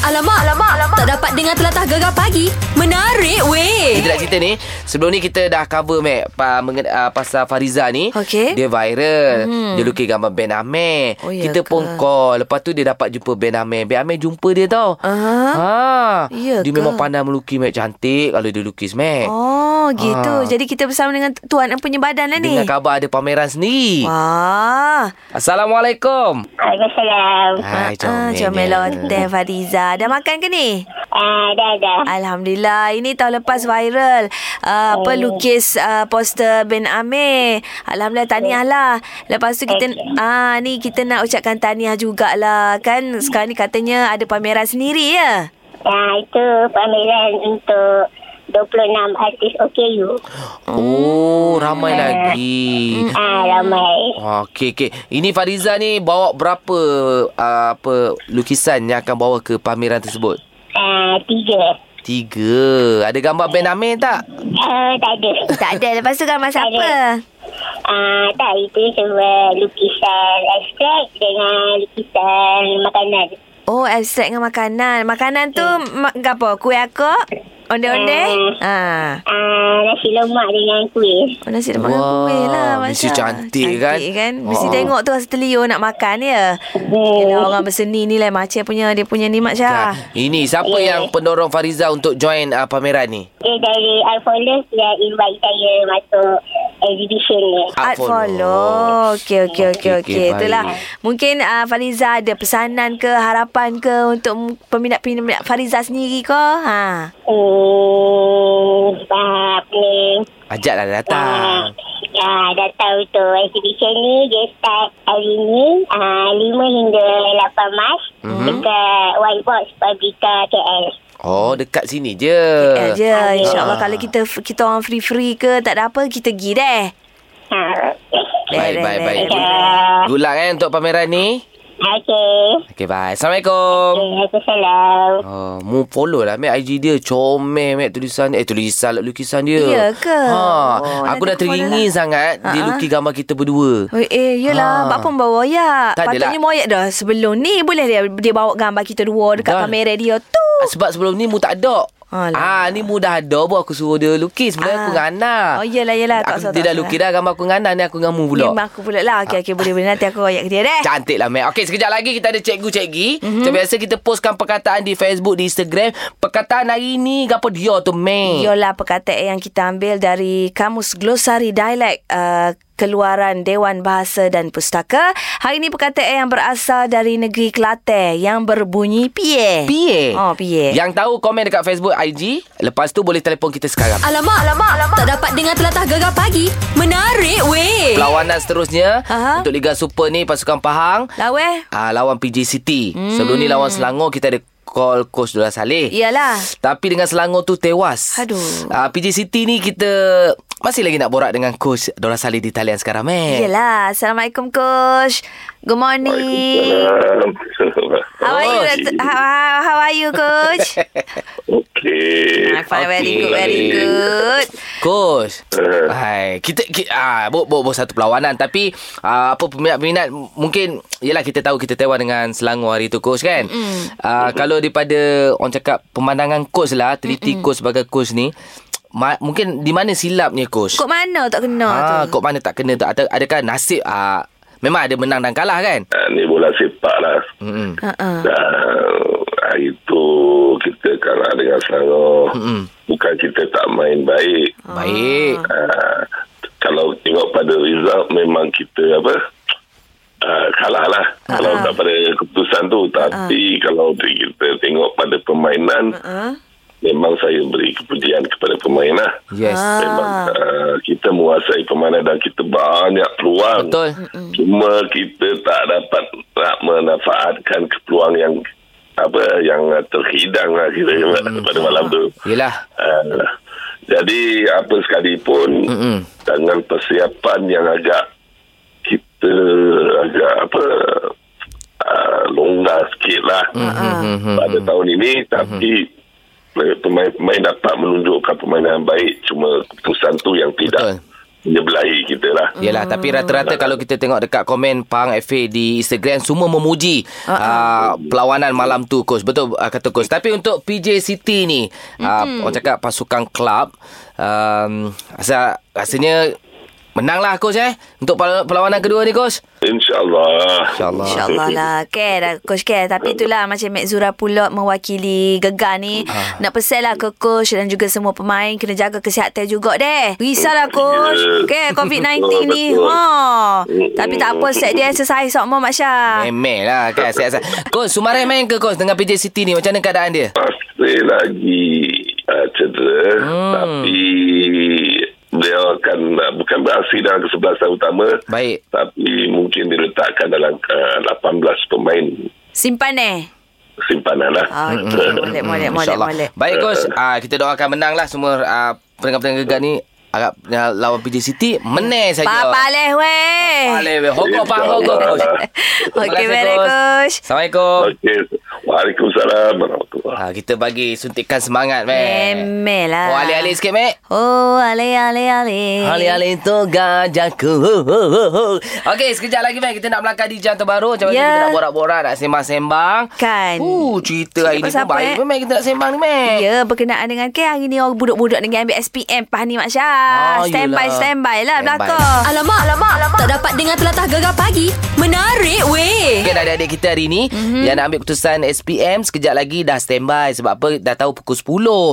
Alamak, alamak, alamak. Tak dapat dengar telatah gegar pagi. Menarik, weh. Kita nak cerita ni Sebelum ni kita dah cover Mac pa, mengen, uh, Pasal Fariza ni Okey. Dia viral hmm. Dia lukis gambar Ben Amir Oh, ya Kita ke? pun call Lepas tu dia dapat jumpa Ben Amir Ben Amir jumpa dia tau Aha. ha. Ya Dia ke? memang pandai melukis Mac Cantik Kalau dia lukis Mac Oh, gitu. Ah. Jadi kita bersama dengan Tuan punya badan lah ni. Dengar khabar ada pameran sendiri Wah. Assalamualaikum Waalaikumsalam. Hai Ah, comel Comel dia. Hotel Fariza. Dah makan ke ni? Ah, dah dah. Alhamdulillah. Ini tahun lepas viral. Uh, apa lukis uh, poster Ben Amir. Alhamdulillah tahniah lah. Lepas tu kita ah ni kita nak ucapkan tahniah jugalah. Kan sekarang ni katanya ada pameran sendiri ya. Nah, Ah, itu pameran untuk 26 artis OKU. Oh Hmm. ramai lagi Ah, ramai. Oh, okey okey. Ini Fariza ni bawa berapa uh, apa lukisan yang akan bawa ke pameran tersebut? Ah, tiga. Tiga. Ada gambar Ben Amir tak? Ah, tak ada. Tak ada. Lepas tu kan gambar siapa? Ah, tak, itu cuma lukisan abstrak dengan lukisan makanan. Oh, abstrak dengan makanan. Makanan tu ma- apa? Kuih akok? Onde-onde? Ah. Ah, nasi lemak dengan kuih. Oh, nasi lemak dengan Wah, kuih lah mesti Masya. cantik kan? Cantik kan Mesti Oh. tengok tu rasa terliur nak makan ya Hmm. Kalau orang berseni ni lah Macam punya Dia punya ni Mak Syah Ini siapa Ya. yang pendorong Fariza untuk join uh, pameran ni? Dia dari Arfolus yang invite saya masuk exhibition ni. Art follow Okey, okey, okey, Okey, okey okey, Itulah baik. Mungkin uh, Fariza ada pesanan ke Harapan ke Untuk m- peminat-peminat Fariza sendiri ke ha. Hmm, apa ni? Ajaklah Ah, dia lah datang. ah, datang untuk exhibition ni dia start hari ni ah, 5 hingga 8 Mac mm-hmm. dekat White Box Pabrika KL. Oh, dekat sini je. Uh, je InsyaAllah Ah. Kalau kita kita orang free-free ke Tak ada apa Kita pergi deh Ha. Baik, baik, Leh, leh, baik. leh, leh. Ah, Good luck kan untuk pameran ni. Okey. Okey, bye. Assalamualaikum. Waalaikumsalam. Oh, mu follow lah Mac IG dia Comel Mac tulisan Eh tulisan lah, Lukisan dia Ya ke? ha, Oh, oh, Aku dah nanti aku follow teringin lah. sangat Dia Ha-ha. lukis gambar kita berdua Eh, eh Ah. yelah. Ha. Bapa bawa royak. Tak adalah. Patutnya moyak dah sebelum ni. Boleh dia, dia bawa gambar kita dua dekat Dah. kamera dia tu. Ah, Sebab sebelum ni mu tak ada. Ah Alah. ni mu dah ada pun aku suruh dia lukis sebenarnya Ah. aku dengan Ana. Oh, yelah, yelah. Tak Aku, usah, dia tak dah usah. lukis dah gambar aku dengan Ana ni aku dengan mu pula. Ha. Memang aku pula lah. Okey, okey. Boleh, boleh. Nanti aku royak ke dia eh. deh. Cantik lah Mac Okey sekejap lagi kita ada cikgu-cikgi mm-hmm. Mhm. Macam biasa kita postkan perkataan di Facebook Di Instagram Perkataan hari ni Gapa dia tu Mac Yolah perkataan yang kita ambil dari Kamus Glosari Dialek uh, keluaran Dewan Bahasa dan Pustaka. Hari ini perkataan yang berasal dari negeri Kelantan yang berbunyi pie. Pie Oh, pie. Yang tahu komen dekat Facebook IG Lepas tu boleh telefon kita sekarang Alamak, alamak, alamak. Tak dapat dengar telatah gegar pagi. Menarik weh. Perlawanan seterusnya eh. Aha. Untuk Liga Super ni Pasukan Pahang Laweh. Ah lawan PJ City. Hmm. Sebelum ni lawan Selangor kita ada call coach Dora Saleh. Iyalah. Tapi dengan Selangor tu tewas. Aduh. Ah PJ City ni kita masih lagi nak borak dengan coach Dora Saleh di talian sekarang eh. Yelah. Assalamualaikum, Coach. Good morning. Waalaikumsalam. How are you? Dr. How, how, how are you, Coach? Okey. Ah, fine, Very Okay. good, very good. Coach. Hai, kita, kita ah bo, bo, bo satu perlawanan tapi ah, apa peminat-peminat mungkin yalah kita tahu kita tewas dengan Selangor hari tu coach kan. Mm. Ah kalau daripada orang cakap pemandangan coach lah, teliti coach sebagai coach ni ma- mungkin di mana silapnya coach? Kok mana tak kena Ha. tu? Ah, kok mana tak kena tu? Atau adakah nasib ah memang ada menang dan kalah kan? Ah, ni bola sepak lah. Hmm. Uh-uh. Dan hari tu kita kalah dengan Selangor. Mm-mm. Bukan kita tak main baik. Baik. Ah, kalau tengok pada result memang kita apa ah, kalah lah. Kalau Ah. tak pada keputusan tu. Tapi kalau kita tengok pada permainan Ah. Uh-uh. memang saya beri kepujian kepada pemain lah. Yes. Ah. Memang uh, kita menguasai permainan dan kita banyak peluang. Betul. Cuma kita tak dapat nak memanfaatkan peluang yang apa yang uh, terhidang lah kira mm. pada malam tu. Yelah. Uh, jadi apa sekalipun Mm-mm. dengan persiapan yang agak kita agak apa uh, longgar sikit lah Mm-hmm. pada tahun ini tapi eh, pemain-pemain dapat menunjukkan permainan baik cuma keputusan tu yang tidak Betul. Ya. dia belahi kita lah. Yelah tapi rata-rata kalau kita tengok dekat komen Pang FA di Instagram semua memuji uh, perlawanan malam tu coach. Betul uh, kata coach. Tapi untuk PJ City ni uh, orang cakap pasukan klub um, rasa rasanya menanglah coach eh untuk perla- perlawanan kedua ni coach. InsyaAllah. InsyaAllah. InsyaAllah lah Care lah Coach Care Ha. Tapi itulah Macam Mek Zura pula Mewakili Gegar ni Ha. Nak pesan lah ke Coach Dan juga semua pemain Kena jaga kesihatan juga deh Risaulah Coach Care COVID-19 ni Betul, betul. ha. Tapi tak apa Set dia exercise Sok Mak Syah Memel lah kan sihat-sihat. Coach Sumarai main ke coach dengan PJ City ni macam mana keadaan dia? Masih lagi uh, cedera hmm. tapi dia akan uh, bukan beraksi dalam kesebelasan utama Baik. tapi mungkin diletakkan dalam uh, 18 pemain Simpan eh simpanan lah. Ah, okey. Hmm. Molek, molek, molek, InsyaAllah. molek. Baik coach, uh, kita doakan menang lah semua uh, pendengar-pendengar gegar ni agak uh, lawan PJ City menang saja. Papa leh weh. Aleh, hokok pang hokok coach. Terima Okey, kasih, baik coach. Assalamualaikum. Okey. Waalaikumsalam warahmatullahi Ah, kita bagi suntikan semangat, Mek. Memel lah. Oh, alih-alih sikit, Mek. Oh, alih, alih, alih. Alih-alih tu gajahku. Okey, sekejap lagi, Mek. Kita nak melangkah di jam terbaru. Macam mana Ya. kita nak borak-borak, nak sembang-sembang. Kan. Uh, cerita hari ni pun pasal apa, baik eh? pun, Mek. Kita nak sembang ni, Mek. Ya, berkenaan dengan ke hari ni orang budak-budak dengan ambil SPM Pah ni Mak Ah, Syah. stand by, yelah. stand by lah Stand belakang. Alamak, alamak, alamak. Tak dapat dengar telatah gegar pagi. Menarik weh. Mungkin adik-adik kita hari ni Mhm. mm-hmm. Yang nak ambil keputusan SPM Sekejap lagi dah standby Sebab apa dah tahu pukul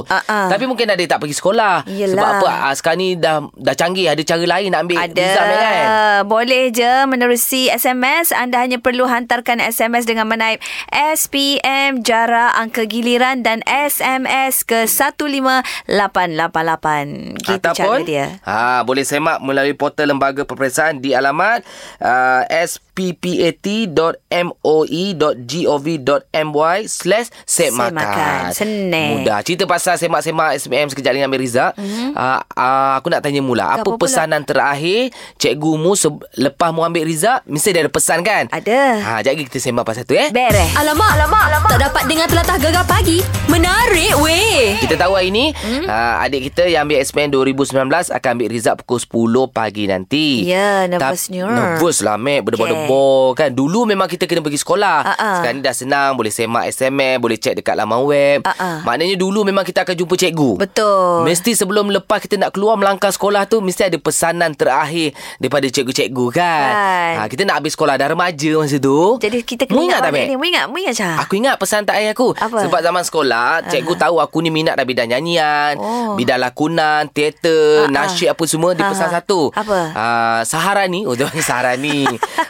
10 Ah, ah. Tapi mungkin adik tak pergi sekolah Yelah. Sebab apa ah, sekarang ni dah dah canggih Ada cara lain nak ambil Ada. exam ni kan Boleh je menerusi SMS. Anda hanya perlu hantarkan SMS dengan menaip SPM jarak angka giliran dan SMS ke 15888. Gitu cara dia. ha, boleh semak melalui portal Lembaga Peperiksaan di alamat uh, e sppat.moe.gov.my slash Semak Makan. semakan. Senang. Mudah. Cerita pasal semak-semak SPM sekejap lagi dengan Riza. Mm-hmm. Uh, uh, aku nak tanya mula. Apa, Mhm. Apa pula? pesanan terakhir cikgu mu se- lepas mu ambil Riza? Mesti dia ada pesan kan? Ada. Ha, jadi kita sembah pasal tu eh. Bereh. Alamak, alamak, alamak. Tak dapat dengar telatah gegar pagi. Menarik weh. Kita tahu hari ni hmm? uh, adik kita yang ambil SPM 2019 akan ambil result pukul 10 pagi nanti. Ya, nervousnya. Tak- Nervous lah, Mek. Berdebar-debar kan. Dulu memang kita kena pergi sekolah. Ah, ah. Sekarang ni dah senang. Boleh semak SMS, boleh cek dekat laman web. Ah, ah. Maknanya dulu memang kita akan jumpa cikgu. Betul. Mesti sebelum lepas kita nak keluar melangkah sekolah tu, mesti ada pesanan terakhir daripada cikgu-cikgu kan. Kan. Ha, kita nak habis sekolah dah remaja masa tu. Jadi kita Mu kena ingat tak, balik Mek? ni. Mu ingat, mu ingat Syah. Aku ingat pesan tak ayah aku Apa? Sebab zaman sekolah Cikgu tahu aku ni minat dah bidang nyanyian Oh. Bidang lakonan Teater Ah, ah. Nasyid apa semua Dia Ah, pesan ah. satu Apa? Ah, Saharani Oh dia panggil Saharani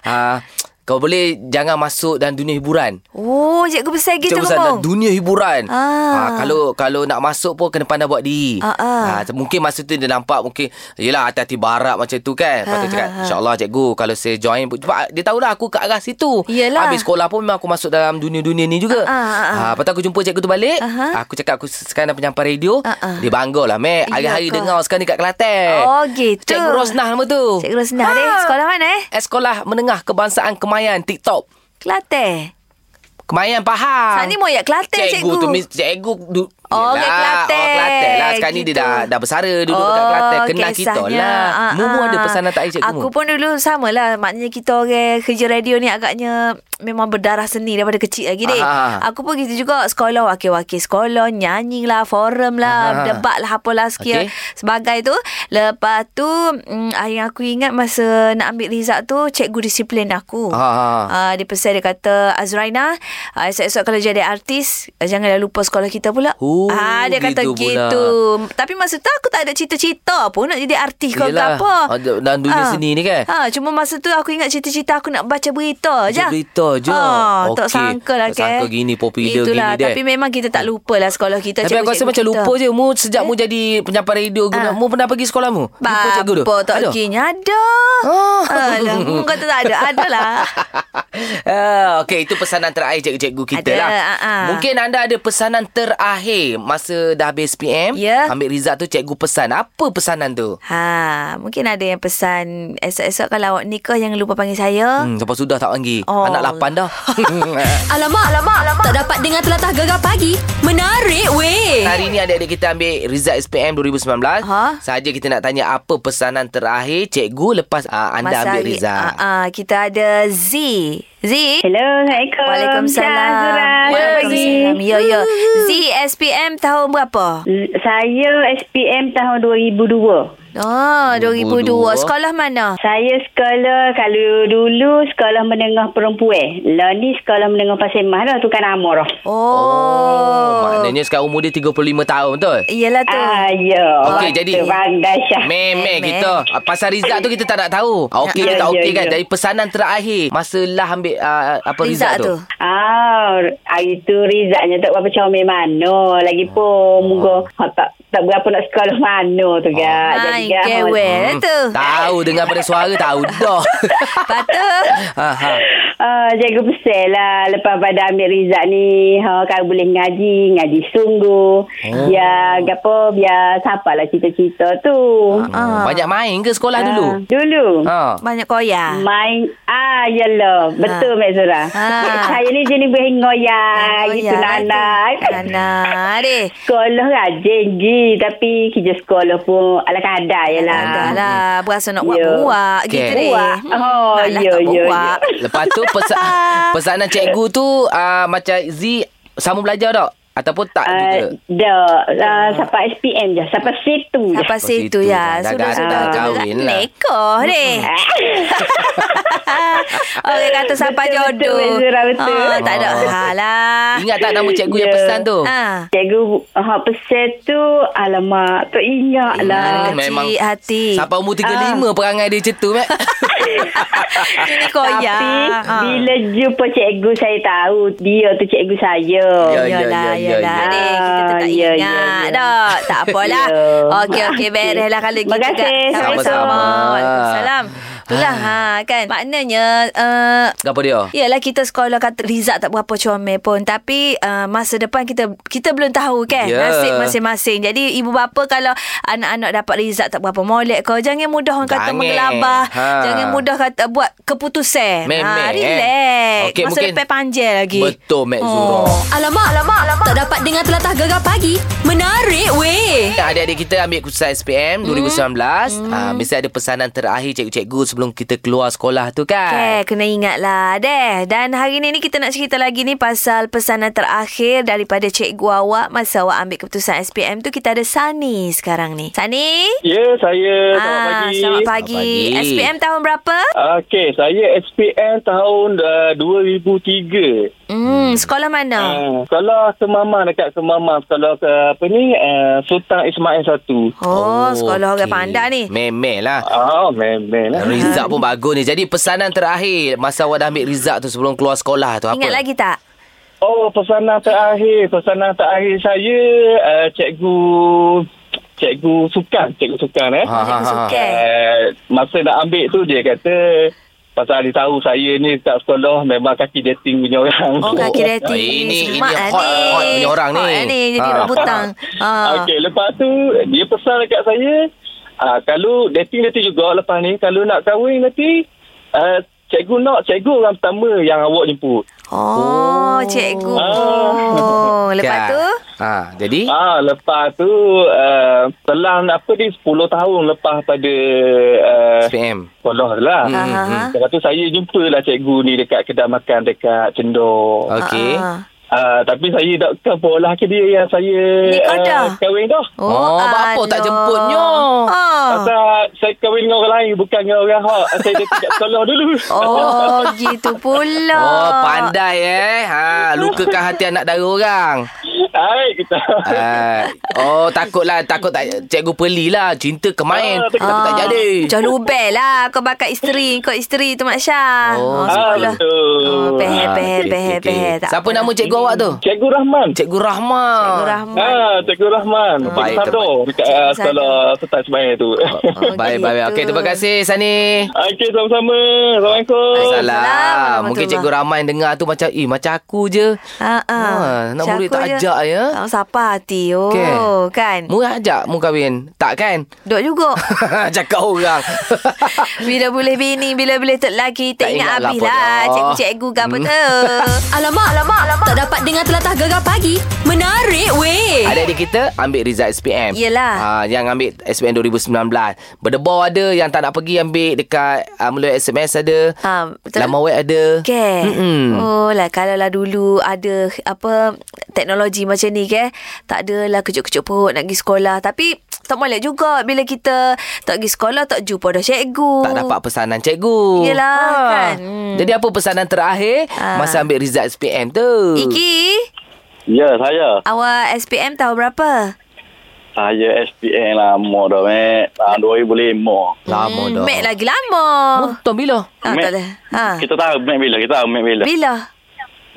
Ah, Kau boleh jangan masuk dalam dunia hiburan Oh, cikgu besar gitu Cikgu pesan dalam kamu. dunia hiburan Ah. Ah, Kalau kalau nak masuk pun Kena pandai buat diri Ah, ah. Ah, Mungkin masa tu dia nampak Mungkin Yelah hati-hati barat macam tu kan Lepas tu Ah, cakap ah, ah. InsyaAllah cikgu Kalau saya join pun- Sebab dia tahulah aku ke arah situ Yelah. Habis sekolah pun Memang aku masuk dalam dunia-dunia ni juga Ah, ah, ah. Ah, Lepas tu aku jumpa cikgu tu balik Aha. Aku cakap aku sekarang dah penyampai radio Ah, ah. Dia bangga lah Mac Iya Hari-hari ke? dengar sekarang dekat Kelantan Oh, gitu. Cikgu Rosnah nama tu Cikgu Rosnah ni sekolah mana eh? Eh, Sekolah Menengah Kebangsaan Kemayan TikTok Kelantan. Kemayan Pahang. Saat ni moyak Kelantan, cikgu. tu mis- cikgu du, Yelah, Oh, orang Kelantan. Orang Kelantan lah. Sekarang ni dia Gitu. dah, dah bersara duduk oh, dekat Kelantan. Kenal kita kisahnya. lah. Ah, Mumu ah. ada pesanan tak cikgu Aku pun dulu sama lah. Maknanya kita orang kerja radio ni agaknya memang berdarah seni daripada kecil lagi dek. Ah. Aku pun gitu juga sekolah wakil-wakil sekolah, nyanyi lah, Ah. forum lah, debat lah apalah Okey. sekian sebagai tu. Lepas tu mm, ah, yang aku ingat masa nak ambil result tu cikgu disiplin aku. Ah. Ah, dia pesan dia kata Azraina, ah, esok-esok kalau jadi artis ah, janganlah lupa sekolah kita pula. Oh, ah dia kata gitu pula. gitu. Tapi masa tu aku tak ada cita-cita pun nak jadi artis kau Yelah, apa. ada dalam dunia seni ni kan? Ha, cuma masa tu aku ingat cita-cita aku nak baca berita je. Baca berita je. Ha, tak Okey. sangka lah Tak sangka gini popular Itulah, gini, Dek. tapi memang kita tak lupa lah sekolah kita. Tapi aku rasa cikgu-cikgu macam kita. lupa je. Mu sejak mu jadi penyampai radio. Guna, Eh? Ah. Mu pernah pergi sekolah mu? Lupa cikgu tu. Bapa tak Ada? kinya ada. Oh. Alah, hmm, kata tak ada. Adalah. Ah, Okey, itu pesanan terakhir cikgu-cikgu kita Ada, lah. ah, ah. Mungkin anda ada pesanan terakhir masa dah habis PM. Ya. Ambil result tu cikgu pesan. Apa pesanan tu? Ha, mungkin ada yang pesan esok-esok kalau awak nikah jangan lupa panggil saya. Hmm, sampai sudah tak panggil. Oh, Anak panda. Alamak, alamak, alamak. Tak dapat dengar telatah gegar pagi. Menarik weh. Hari ni adik-adik kita ambil result SPM 2019. Eh. Ha? Saja kita nak tanya apa pesanan terakhir cikgu lepas uh, anda ambil hari- result. Ah, ah, kita ada Z. Z. Hello, Assalamualaikum. Waalaikumsalam. Waalaikumsalam. Ya, ya. Z SPM tahun berapa? Saya SPM tahun 2002. Oh, 2002. 2002. Sekolah mana? Saya sekolah, kalau dulu sekolah menengah perempuan. Lah ni sekolah menengah Pasir Mah lah, tukar nama lah. Oh. Eh, Maknanya sekarang umur dia 35 tahun betul? Iyalah tu. Ah, ya. Okey, jadi- Bangga Syah. Memeh Memeh. kita Ah, Pasal result tu kita tak nak tahu ah, Okey Ya, ke tak ya, okey ya. kan Dari pesanan terakhir Masa lah ambil ah, apa result, tu Ah, hari tu Rizaknya tak berapa comel mana. Lagipun, moga ah, tak, tak berapa nak sekolah mana tu, Kak. Oh. Hai, Kak, kewel eh, Ya tu. Hmm. Tahu dengar pada suara tahu dah Patut. ha, ha. Uh, jaga pesan lah Lepas pada ambil result ni ha, Kalau boleh ngaji Ngaji sungguh oh. Ya Apa Biar Sapa lah cita-cita tu Hmm, Banyak main ke sekolah dulu Ah, Dulu Ya. ha. Banyak koyak. Main Ah yalah Betul Mek Zura Ah. Saya ni jenis berhingoyang Gitu Nana Kan? Nana. Deh. Sekolah rajin je Tapi kerja sekolah pun Ala kadar je lah Dah lah. Berasa nak Ya. buat-buat gitu Okey. deh. Buat. Hmm, Oh, malas ya, tak ya, buat. ya. Lepas tu pesa, pesanan cikgu tu ah, Macam Z Sama belajar tak Ataupun tak juga Uh, dah uh, Sapa SPM je Sapa situ je Apa Pasal situ itu dah- dah- ya? Sudah dah- sudah dah sudah kahwin lah. Nekoh deh. Hmm. Ah. Okey kata sampai Betul, betul, jodoh. Mek Zura, betul. Oh. Ah, tak ada hal lah. Ingat tak nama cikgu yang Ya. pesan tu Ah. Cikgu ha, pesan tu Alamak Tak ingat lah Ingat. Cik hati. Hmm, Ah. Sampai umur 35 Perangai dia macam tu Mat. Ini Tapi koyak. Ah. Bila jumpa cikgu Saya tahu Dia tu cikgu saya Ya, ya, Yalah, ya, yalah. ya. Adik, kita tak Ah, ya, ingat ya, ya. dah. Tak apalah. Ya. Okey, okey. Berehlah kalau gitu. Terima kasih. Ah. Kak. Sama-sama. Waalaikumsalam. Itulah, ha, kan. Maknanya, uh, Apa dia Yalah kita sekolah kata Rizal tak berapa comel pun Tapi uh, masa depan kita kita belum tahu kan Ya. Nasib masing-masing Jadi ibu bapa kalau anak-anak dapat Rizal tak berapa molek kau Jangan mudah orang kata Jangan. menggelabah Ha. Jangan mudah kata buat keputusan Ha, Memang, eh. Relax Okey, Masa mungkin- depan panjang lagi Betul Mat Zura Oh. Alamak, alamak, alamak. Tak dapat dengar telatah gegar pagi. Menarik weh. Ya, Adik-adik kita ambil kursus SPM 2019 hmm. ha, Mesti ada pesanan terakhir cikgu-cikgu Sebelum kita keluar sekolah tu kan Okay, Eh, kena ingatlah deh. Dan hari ni ni kita nak cerita lagi ni pasal pesanan terakhir daripada cikgu awak masa awak ambil keputusan SPM tu kita ada Sani sekarang ni. Sani? Ya, saya. Ah, Selamat pagi. Selamat pagi. Selamat pagi. SPM tahun berapa? Okey, saya SPM tahun uh, 2003. Hmm, sekolah mana? Ah. Uh, sekolah Semama dekat Semama, sekolah uh, apa ni? Uh, Sultan Ismail 1. Oh, sekolah orang okey. pandai ni. Memel lah Ah, memang lah. Result pun bagus ni Jadi pesanan terakhir Masa awak dah ambil result tu Sebelum keluar sekolah tu apa Ingat lagi tak? Oh, pesanan terakhir. Pesanan terakhir saya uh, cikgu cikgu sukan, cikgu sukan eh. Ha, ha, ha. Sukan. Uh, masa nak ambil tu dia kata Pasal dia tahu saya ni tak sekolah Memang kaki dating punya orang Oh, kaki dating. ini- ini Semak hot- hot punya orang ni. Hot lah ni, jadi Ah. rebutang. Ah. Okey, lepas tu dia pesan dekat saya, ah kalau dating nanti juga lepas ni kalau nak kahwin nanti ah, cikgu nak cikgu orang pertama yang awak jemput. Oh, cikgu. Oh, Ah. Lepas Kan? tu? ha, Eh. Jadi Ah lepas tu ah, selang apa ni 10 tahun lepas pada ah, SPM sekolah Ah, lah. ah, ah. Lepas tu saya jumpalah cikgu ni dekat kedai makan dekat Cendor. Ah, Okey Ah. tapi saya tak kan bola ke dia yang saya Ni kau ah, dah? kahwin dah. Oh, bapa tak alah. jemputnya. Ah. Pasal saya kahwin dengan orang lain Bukan dengan orang hak Saya dia tidak sekolah dulu Oh, gitu pula. Oh pandai eh ha, Lukakan hati anak dara orang Hai kita Ah, ha, Oh takutlah Takut tak Cikgu pelilah Cinta kemain Ah, Tapi tak jadi Ah, Macam lubel lah Kau bakar isteri Kau isteri tu Mak Syah Oh, sekolah. betul. oh Pehe pehe Ah, okey, pehe okey, okey. pehe Siapa nama cikgu awak tu? Cikgu Rahman. Cikgu Rahman. Cikgu Rahman. Ah, Cikgu Rahman. Baik, Cikgu Sador terbaik. dekat uh, ah, Cikgu sekolah Setai Semaya tu. Ah. Oh, baik, baik, baik. Okey, terima kasih Sani. Okey, sama-sama. Assalamualaikum. Salah. Mungkin warahmatullahi. Cikgu Rahman dengar tu macam, eh macam aku je. Ha ah. Ah, nak murid tak ajak ya. Tak sapa hati. Oh, Okey. kan. Mu ajak mu kahwin. Tak kan? Dok juga. Cakap orang. bila boleh bini, bila boleh tok lelaki, Tak tak, ingat ingat lah habis apa Hmm. lah. dah. Cikgu-cikgu ke apa tu. Alamak, alamak, alamak. Tak dapat dengar telatah gegar pagi. Menarik weh. Adik-adik kita ambil result SPM. Yelah. Ah, yang ambil SPM 2019. Berdebar ada yang tak nak pergi ambil dekat uh, melalui SMS ada. Ah, betul. Lama web ada. Ke? Mm-mm. Oh lah kalau lah dulu ada apa teknologi macam ni ke tak adalah kecuk-kecuk perut nak pergi sekolah tapi tak molek juga bila kita tak pergi sekolah tak jumpa dah cikgu. Tak dapat pesanan cikgu. Yelah, Ah. kan? Hmm. Jadi apa pesanan terakhir Ah. masa ambil result SPM tu? Iki, Ya, saya. awak SPM tahun berapa? Saya SPM lama dah, Mek. Ah, 2005. Lama dah. Hmm, Mek lagi lama. Oh, tahun bila? Ah, tak boleh. Ha. Kita tahu Mek bila. Kita tahu Mek bila. Bila?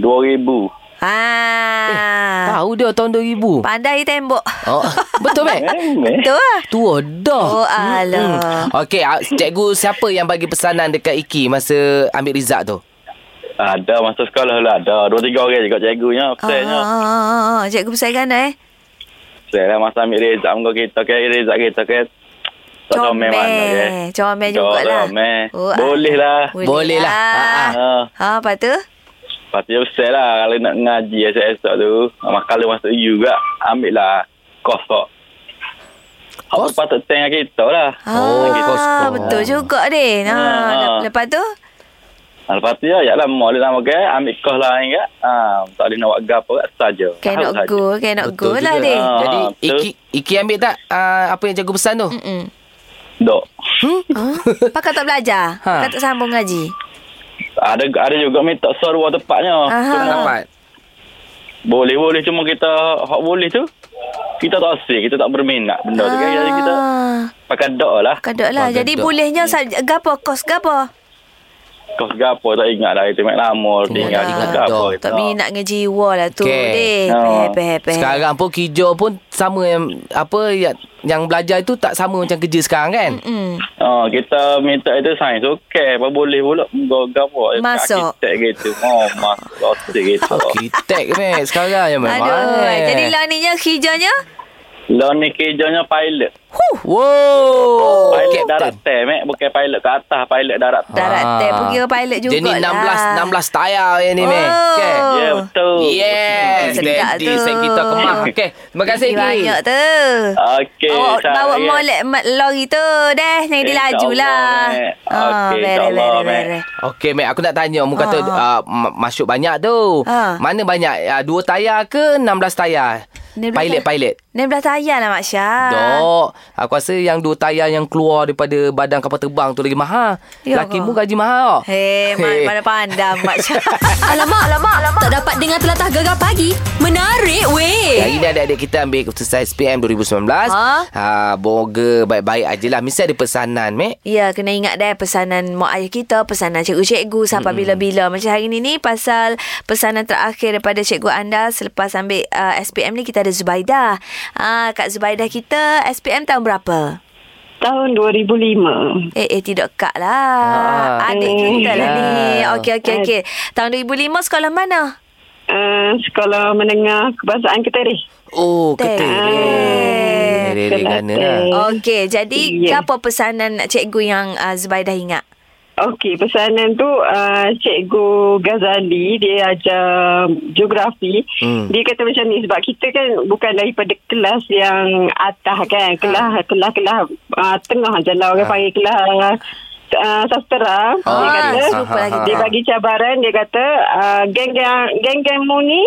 2000. Ha. Eh, Ah. Tahu dia tahun 2000. Pandai tembok. Oh, betul Mek? Eh, Mek. Tu lah. Tua dah. Oh, alah. Okey, ah, cikgu siapa yang bagi pesanan dekat Iki masa ambil result tu? Ada masa sekolah lah ada. Dua tiga orang juga cikgunya. Pesannya. Ah. Ah, ah, ah, ah. Cikgu besar kan eh? Pesan lah masa ambil result muka kita ke result kita ke. Tak tahu Mek mana ke. Comel. Comel jugalah. Jorok, Mek. ah. Boleh lah. Boleh lah. Ah, Ha, ah. lepas tu? Pasti besar lah kalau nak ngaji esok esok tu. Mak- Kalau masuk U juga ambil lah kos kok. Kos? Apa patut tengah kita lah. Oh, Ah, kos- kos. betul juga deh. Ha, Ah, ah. lepas tu? Ha, lepas tu ya, ya lah, mak dia lama ke, ambil kos lah, lain ke, ha, tak boleh nak buat gap apa, saja. Cannot Saja. go, cannot go Betul lah juga. deh. Ah. Jadi betul. Iki Iki ambil tak ah, apa yang cikgu pesan tu? Mm-mm. Dok. Huh? Pakar tak belajar? Ha. Pakar tak sambung ngaji? Ada ada juga minta seruah tepatnya. Aha. Tak Cuma, dapat. boleh-boleh, cuma kita, hak boleh tu, kita tak asyik, kita tak berminat benda tu. kan. Jadi kita Ah, pakai dok lah. Kadok lah. Pakai Jadi dok. bolehnya sab- gapo, kos gapo? Kos gapo tak ingat dah, itu mek lama, tak tinggal kos ingat gapo. dok. kita. Tak minat dengan jiwa lah tu Okey. deh. Ah. Peh, peh, peh. Sekarang pun Kijo pun sama yang apa yang, yang belajar itu tak sama macam kerja sekarang kan? Hmm. Oh, kita minta itu sains okey. Apa boleh pula gapo Masuk. arkitek gitu. Oh, masuk arkitek gitu. Ah, Arkitek meh sekarang yang memang. eh. Aduh, jadi lah ninya hijaunya. Lah ni kerjanya pilot. Wow. Pilot darat Oh, Captain. teh, mek. Bukan pilot ke atas, pilot darat teh. Darat Ah. teh pergi ke pilot juga Jadi 16 16 tayar yang ni meh. Oh. Okey. Ya, yeah, betul. Yes, Sedap Daddy tu. Saya kita kemah Okey, terima kasih Ki Ah. Banyak tu. Okey. Bawa, saya- bawa molek mat- lori tu deh. Jangan Insya dilaju lah. Allah, Mek. Okey, bere, insya Allah, bere, bere. Okey, Mek, aku nak tanya. Mu kata Ah. uh, ma- masuk banyak tu. Ah. Mana banyak? Uh, dua tayar ke 16 tayar? 16 Pilot, tayar. pilot. Ni belah tayar lah Mak Syah. Dok, aku rasa yang dua tayar yang keluar daripada badan kapal terbang tu lagi mahal. Ya Laki ke? mu gaji mahal. Hei, hey. mana pandang Mak Syah. Alamak, alamak, alamak. Tak dapat dengar telatah gegar pagi. Menarik weh. Hari ni adik-adik kita ambil keputusan SPM 2019. Ha? Ha? ha boga baik-baik ajalah. Mesti ada pesanan, Mek. Ya, kena ingat dah pesanan mak ayah kita, pesanan cikgu-cikgu Hmm. sampai bila-bila. Macam hari ni ni pasal pesanan terakhir daripada cikgu anda selepas ambil uh, SPM ni kita ada Zubaidah. Ah, Kak Zubaidah kita SPM tahun berapa? Tahun 2005. Eh, eh tidak kak lah. Ah. Adik kita lah Hmm. ni. Ah. Okey, okey, okey. Tahun 2005 sekolah mana? eh, Uh, sekolah menengah kebahasaan Ketereh. Oh, Ketereh. ketereh. Ketereh gana lah. Ketereh. Hmm. Okey, jadi Ya. apa pesanan cikgu yang uh, Zubaidah ingat? Okey, pesanan tu uh, Cikgu Ghazali, dia ajar geografi. Hmm. Dia kata macam ni sebab kita kan bukan daripada kelas yang atas kan. Kelas kelas kelas uh, tengah je lah orang Ah. panggil kelas uh, sastera. Ah, dia kata yes. Ah, lupa lagi. dia bagi cabaran dia kata uh, geng-geng geng-geng mu ni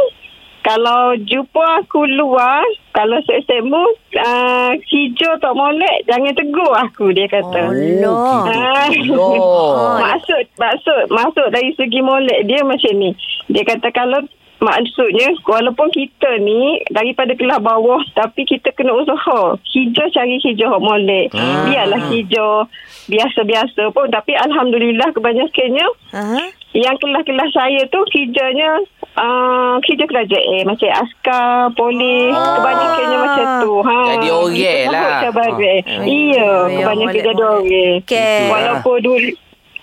kalau jumpa aku luar kalau sesemu uh, hijau tak molek jangan tegur aku dia kata. Allah. Ah. Oh. maksud maksud maksud dari segi molek dia macam ni. Dia kata kalau maksudnya walaupun kita ni daripada kelas bawah tapi kita kena usaha. Hijau cari hijau hak molek. Biarlah hijau biasa-biasa pun tapi alhamdulillah kebanyakannya Aha. yang kelas-kelas saya tu kerjanya uh, kerja kerajaan macam askar, polis, Ah. kebanyakannya macam tu. Ha. Jadi orang Kita lah. sahut cabaran. Ah. eh. Iya, Ya, kebanyakan molek-molek. jadi orang. eh. Okey. Walaupun dulu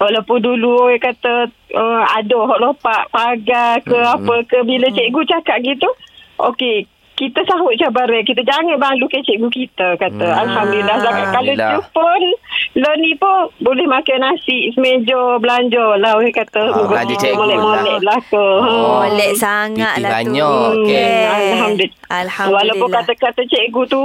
Walaupun dulu orang kata uh, ada hak lopak pagar ke hmm. apa ke bila cikgu cakap gitu okey kita sahut cabaran kita jangan malu ke cikgu kita kata hmm. alhamdulillah zakat kalau Alhamdulillah. tu pun lo ni pun boleh makan nasi semeja belanja lah orang kata Ah, belanja cikgu lah. molek-molek lah ke Oh, Molek sangat Piti lah tu. banyak. Okey. Okey. Alhamdulillah. Alhamdulillah. Walaupun kata-kata cikgu tu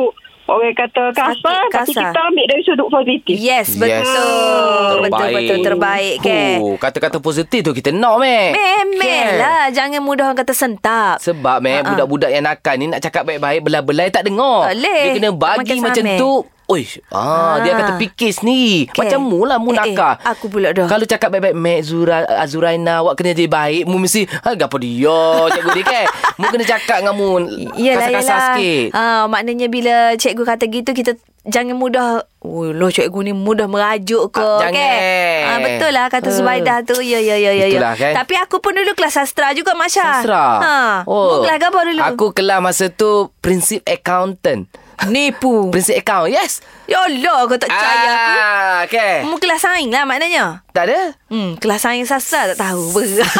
orang kata kasar, Sakit tapi kasar. Ya, kita ambil dari sudut positif. Yes, Yes. betul. Oh, Betul, betul, betul. Terbaik, kan? Huh, kata-kata positif tu kita nak, meh. Memel Kan? lah. Jangan mudah orang kata sentap. Sebab meh, Ha-ha. budak-budak yang nakal ni nak cakap baik-baik, belai-belai tak dengar. Tak boleh. Dia kena Tak bagi makan macam samek. tu. Oi, ah, dia kata fikir sendiri. Kan? Macam mu lah, mu Eh, eh, nakal. aku pula dah. Kalau cakap baik-baik, Mek Zura, Azuraina, awak kena jadi baik. Mu mesti, ha, gapo dia, cikgu dia kan. Mu kena cakap dengan mu, Yelah, kasar-kasar yelah. sikit. Ah, maknanya bila cikgu kata gitu, kita jangan mudah Oh, loh cikgu ni mudah merajuk ke Ah, jangan. Hmm. kan? Ah, betul lah kata Subaidah tu. Ya ya ya ya ya. Itulah, kan? Tapi aku pun dulu kelas sastra juga Masya. Sastra. Ha. Oh. kelas apa dulu? Aku kelas masa tu prinsip accountant. nipu. Prinsip account, yes. Ya Allah kau tak percaya aku. ah, Okay. Mu kelas saing lah maknanya. Tak ada? Hmm, kelas saing sastra tak tahu. Berat.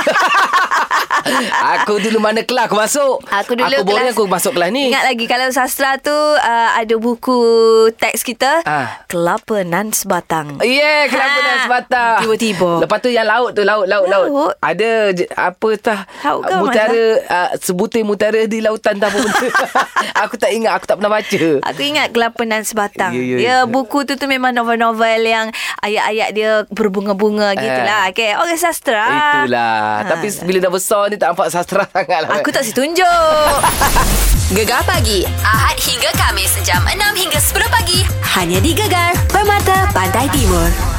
aku dulu mana kelas aku masuk? Aku dulu aku boleh aku masuk kelas ni. Ingat lagi kalau sastra tu uh, ada buku teks kita Ah. Kelapa Nan Sebatang. Yeah, kenapa Ha, ha, sebatang? tiba-tiba. Lepas tu yang laut tu, laut, laut, laut. Laut. Ada je, apa tah? Laut ke, mutara, uh, sebutir mutara di lautan tah apa benda. aku tak ingat, aku tak pernah baca. Aku ingat Kelapa Nan Sebatang. Ya, ya, Ya, ya. buku tu tu memang novel-novel yang ayat-ayat dia berbunga-bunga gitulah. Okay, orang sastra. Eh. Itulah. Ha, Tapi bila dah besar ni tak nampak sastra sangat lah. Aku tak setunjuk. Gegar pagi Ahad hingga Kamis jam 6 hingga 10 pagi hanya di Gegar Permata Pantai Timur.